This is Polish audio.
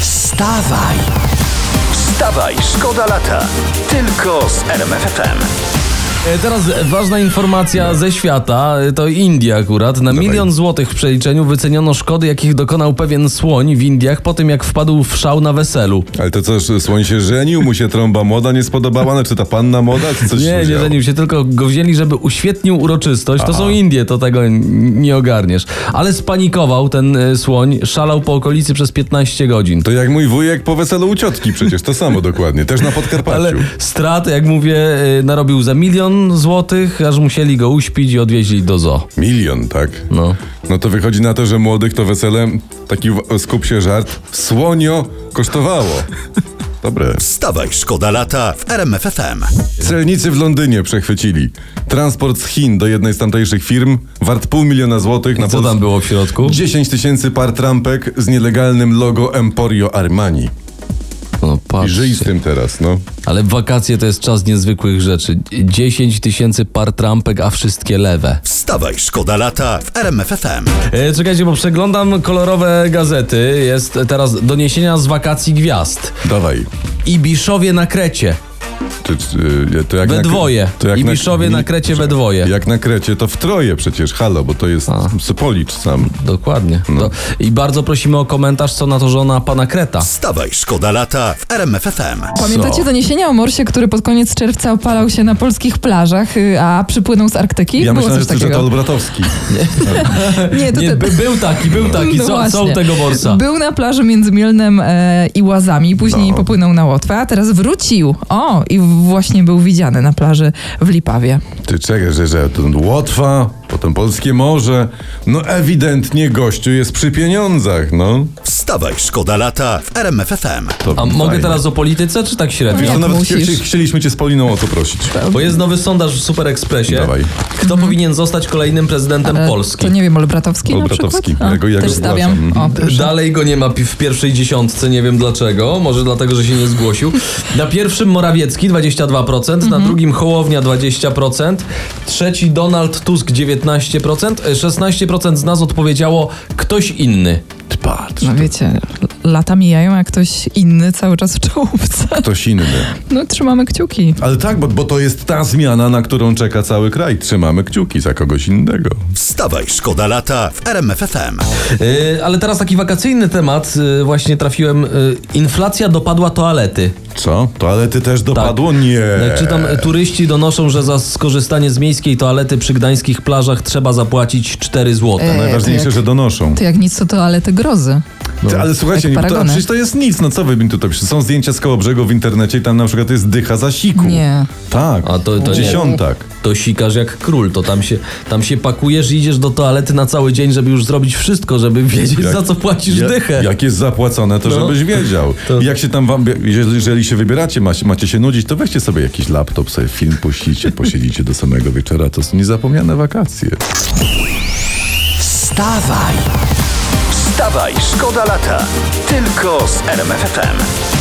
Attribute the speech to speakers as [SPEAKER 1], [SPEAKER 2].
[SPEAKER 1] Wstawaj! Wstawaj, szkoda lata. Tylko z RMFFM.
[SPEAKER 2] E, Teraz ważna informacja ze świata, E, to India akurat. Na milion złotych w przeliczeniu wyceniono szkody, jakich dokonał pewien słoń w Indiach po tym, jak wpadł w szał na weselu.
[SPEAKER 3] Ale to co, że słoń się żenił, mu się trąba moda nie spodobała, no, czy ta panna moda, czy coś
[SPEAKER 2] Nie,
[SPEAKER 3] się
[SPEAKER 2] nie
[SPEAKER 3] działo?
[SPEAKER 2] żenił się, tylko go wzięli, żeby uświetnił uroczystość. To są Indie, to tego n- nie ogarniesz. Ale spanikował ten e, słoń, szalał po okolicy przez 15 godzin.
[SPEAKER 3] To jak mój wujek po weselu u ciotki przecież, to samo dokładnie, też na Podkarpaciu.
[SPEAKER 2] Ale straty, jak mówię, e, narobił za milion złotych, aż musieli go uśpić i odwieźli do zoo.
[SPEAKER 3] Milion, tak?
[SPEAKER 2] No.
[SPEAKER 3] No to wychodzi na to, że młodych to wesele, taki w- skup się żart, słonio kosztowało. Dobre.
[SPEAKER 1] Wstawaj, szkoda lata w RMFFM.
[SPEAKER 3] Celnicy w Londynie przechwycili. Transport z Chin do jednej z tamtejszych firm, wart pół miliona złotych na
[SPEAKER 2] Co
[SPEAKER 3] pols-
[SPEAKER 2] tam było w środku?
[SPEAKER 3] 10 tysięcy par trampek z nielegalnym logo Emporio Armani.
[SPEAKER 2] No,
[SPEAKER 3] I żyj z
[SPEAKER 2] patrzcie.
[SPEAKER 3] tym teraz, no.
[SPEAKER 2] Ale wakacje to jest czas niezwykłych rzeczy. 10 tysięcy par trampek, a wszystkie lewe.
[SPEAKER 1] Wstawaj, szkoda lata w RMFFM.
[SPEAKER 2] E, czekajcie, bo przeglądam kolorowe gazety. Jest teraz doniesienia z wakacji gwiazd.
[SPEAKER 3] Dawaj.
[SPEAKER 2] Ibiszowie na Krecie.
[SPEAKER 3] Czy, czy, y, to jak
[SPEAKER 2] We
[SPEAKER 3] na-
[SPEAKER 2] dwoje.
[SPEAKER 3] to jak
[SPEAKER 2] Ibiszowie na Krecie we dwoje.
[SPEAKER 3] Jak na Krecie, to w troje przecież, halo, bo to jest Sopolicz sam.
[SPEAKER 2] Dokładnie.
[SPEAKER 3] No.
[SPEAKER 2] To, I bardzo prosimy o komentarz, co na to żona pana Kreta.
[SPEAKER 1] Wstawaj, szkoda lata w RMFFM.
[SPEAKER 2] Co?
[SPEAKER 4] Pamiętacie doniesienia o morsie, który pod koniec czerwca opalał się na polskich plażach, y, a przypłynął z Arktyki?
[SPEAKER 3] Ja
[SPEAKER 4] Było
[SPEAKER 3] myślałem,
[SPEAKER 4] coś
[SPEAKER 3] że, że to
[SPEAKER 4] takiego.
[SPEAKER 3] Olbratowski.
[SPEAKER 4] Nie, to
[SPEAKER 2] Nie,
[SPEAKER 4] te-
[SPEAKER 2] by, był taki, był taki.
[SPEAKER 4] No
[SPEAKER 2] Są, są
[SPEAKER 4] właśnie.
[SPEAKER 2] tego borsa.
[SPEAKER 4] Był na plaży między Mielnem e, i Łazami, później
[SPEAKER 3] No.
[SPEAKER 4] popłynął na Łotwę, a teraz wrócił. O, i właśnie był widziany na plaży w Lipawie.
[SPEAKER 3] Ty czekaj, że, że to Łotwa, potem Polskie Morze. No ewidentnie gościu jest przy pieniądzach, no.
[SPEAKER 1] Wstawaj, szkoda lata w RMFFM.
[SPEAKER 3] To
[SPEAKER 2] A mogę
[SPEAKER 3] fajnie.
[SPEAKER 2] teraz o polityce, czy tak średnio?
[SPEAKER 3] Wiesz,
[SPEAKER 4] No
[SPEAKER 3] to
[SPEAKER 4] jak
[SPEAKER 3] nawet chci-
[SPEAKER 4] musisz.
[SPEAKER 3] chcieliśmy cię z Poliną o to prosić.
[SPEAKER 2] Bo jest nowy sondaż w Super Expressie.
[SPEAKER 3] Dawaj.
[SPEAKER 2] Kto powinien zostać kolejnym prezydentem
[SPEAKER 4] E,
[SPEAKER 2] Polski?
[SPEAKER 4] To nie wiem, Olbratowski
[SPEAKER 3] Olbratowski.
[SPEAKER 4] na przykład?
[SPEAKER 3] Ja go- ja go
[SPEAKER 4] Też
[SPEAKER 3] zgłaszam. Mhm.
[SPEAKER 4] stawiam. O, proszę.
[SPEAKER 2] Dalej go nie ma pi- w pierwszej dziesiątce, nie wiem dlaczego. Może dlatego, że się nie zgłosił. Na pierwszym Morawiecki 22%, na drugim Hołownia 20%, trzeci Donald Tusk 19%, e, 16% z nas odpowiedziało ktoś inny.
[SPEAKER 3] Patrz,
[SPEAKER 4] No wiecie, lata mijają, a ktoś inny cały czas w czołówce.
[SPEAKER 3] ktoś inny.
[SPEAKER 4] No, trzymamy kciuki.
[SPEAKER 3] Ale tak, bo, bo to jest ta zmiana, na którą czeka cały kraj. Trzymamy kciuki za kogoś innego.
[SPEAKER 1] Wstawaj, szkoda lata w RMFFM.
[SPEAKER 2] E, ale teraz taki wakacyjny temat, e, właśnie trafiłem. e, inflacja dopadła toalety.
[SPEAKER 3] Co? Toalety też dopadło?
[SPEAKER 2] Jak
[SPEAKER 3] Nie.
[SPEAKER 2] czytam, e, turyści donoszą, że za skorzystanie z miejskiej toalety przy gdańskich plażach trzeba zapłacić 4 zł.
[SPEAKER 3] E, Najważniejsze, że donoszą. No.
[SPEAKER 4] To jak nic, to toalety grozy.
[SPEAKER 3] Ty, ale słuchajcie,
[SPEAKER 4] jak
[SPEAKER 3] nie, to,
[SPEAKER 4] paragony.
[SPEAKER 3] przecież to jest nic, no co wy mi tutaj piszecie? Są zdjęcia z Kołobrzegu w internecie i tam na przykład jest dycha za siku.
[SPEAKER 4] Nie.
[SPEAKER 3] Tak,
[SPEAKER 2] A to- to nie.
[SPEAKER 3] dziesiątak.
[SPEAKER 2] To sikasz jak król, to tam się, tam się pakujesz i idziesz do toalety na cały dzień, żeby już zrobić wszystko, żeby wiedzieć
[SPEAKER 3] Jak-
[SPEAKER 2] za co płacisz
[SPEAKER 3] Ja-
[SPEAKER 2] dychę.
[SPEAKER 3] Jak jest zapłacone, to
[SPEAKER 2] No.
[SPEAKER 3] żebyś wiedział.
[SPEAKER 2] To-
[SPEAKER 3] I Jak się tam wam, jeżeli, jeżeli się wybieracie, macie, macie się nudzić, to weźcie sobie jakiś laptop, sobie film puścicie, posiedzicie do samego wieczora. To są niezapomniane wakacje.
[SPEAKER 1] Wstawaj! Wstawaj, szkoda lata. Tylko z RMFFM.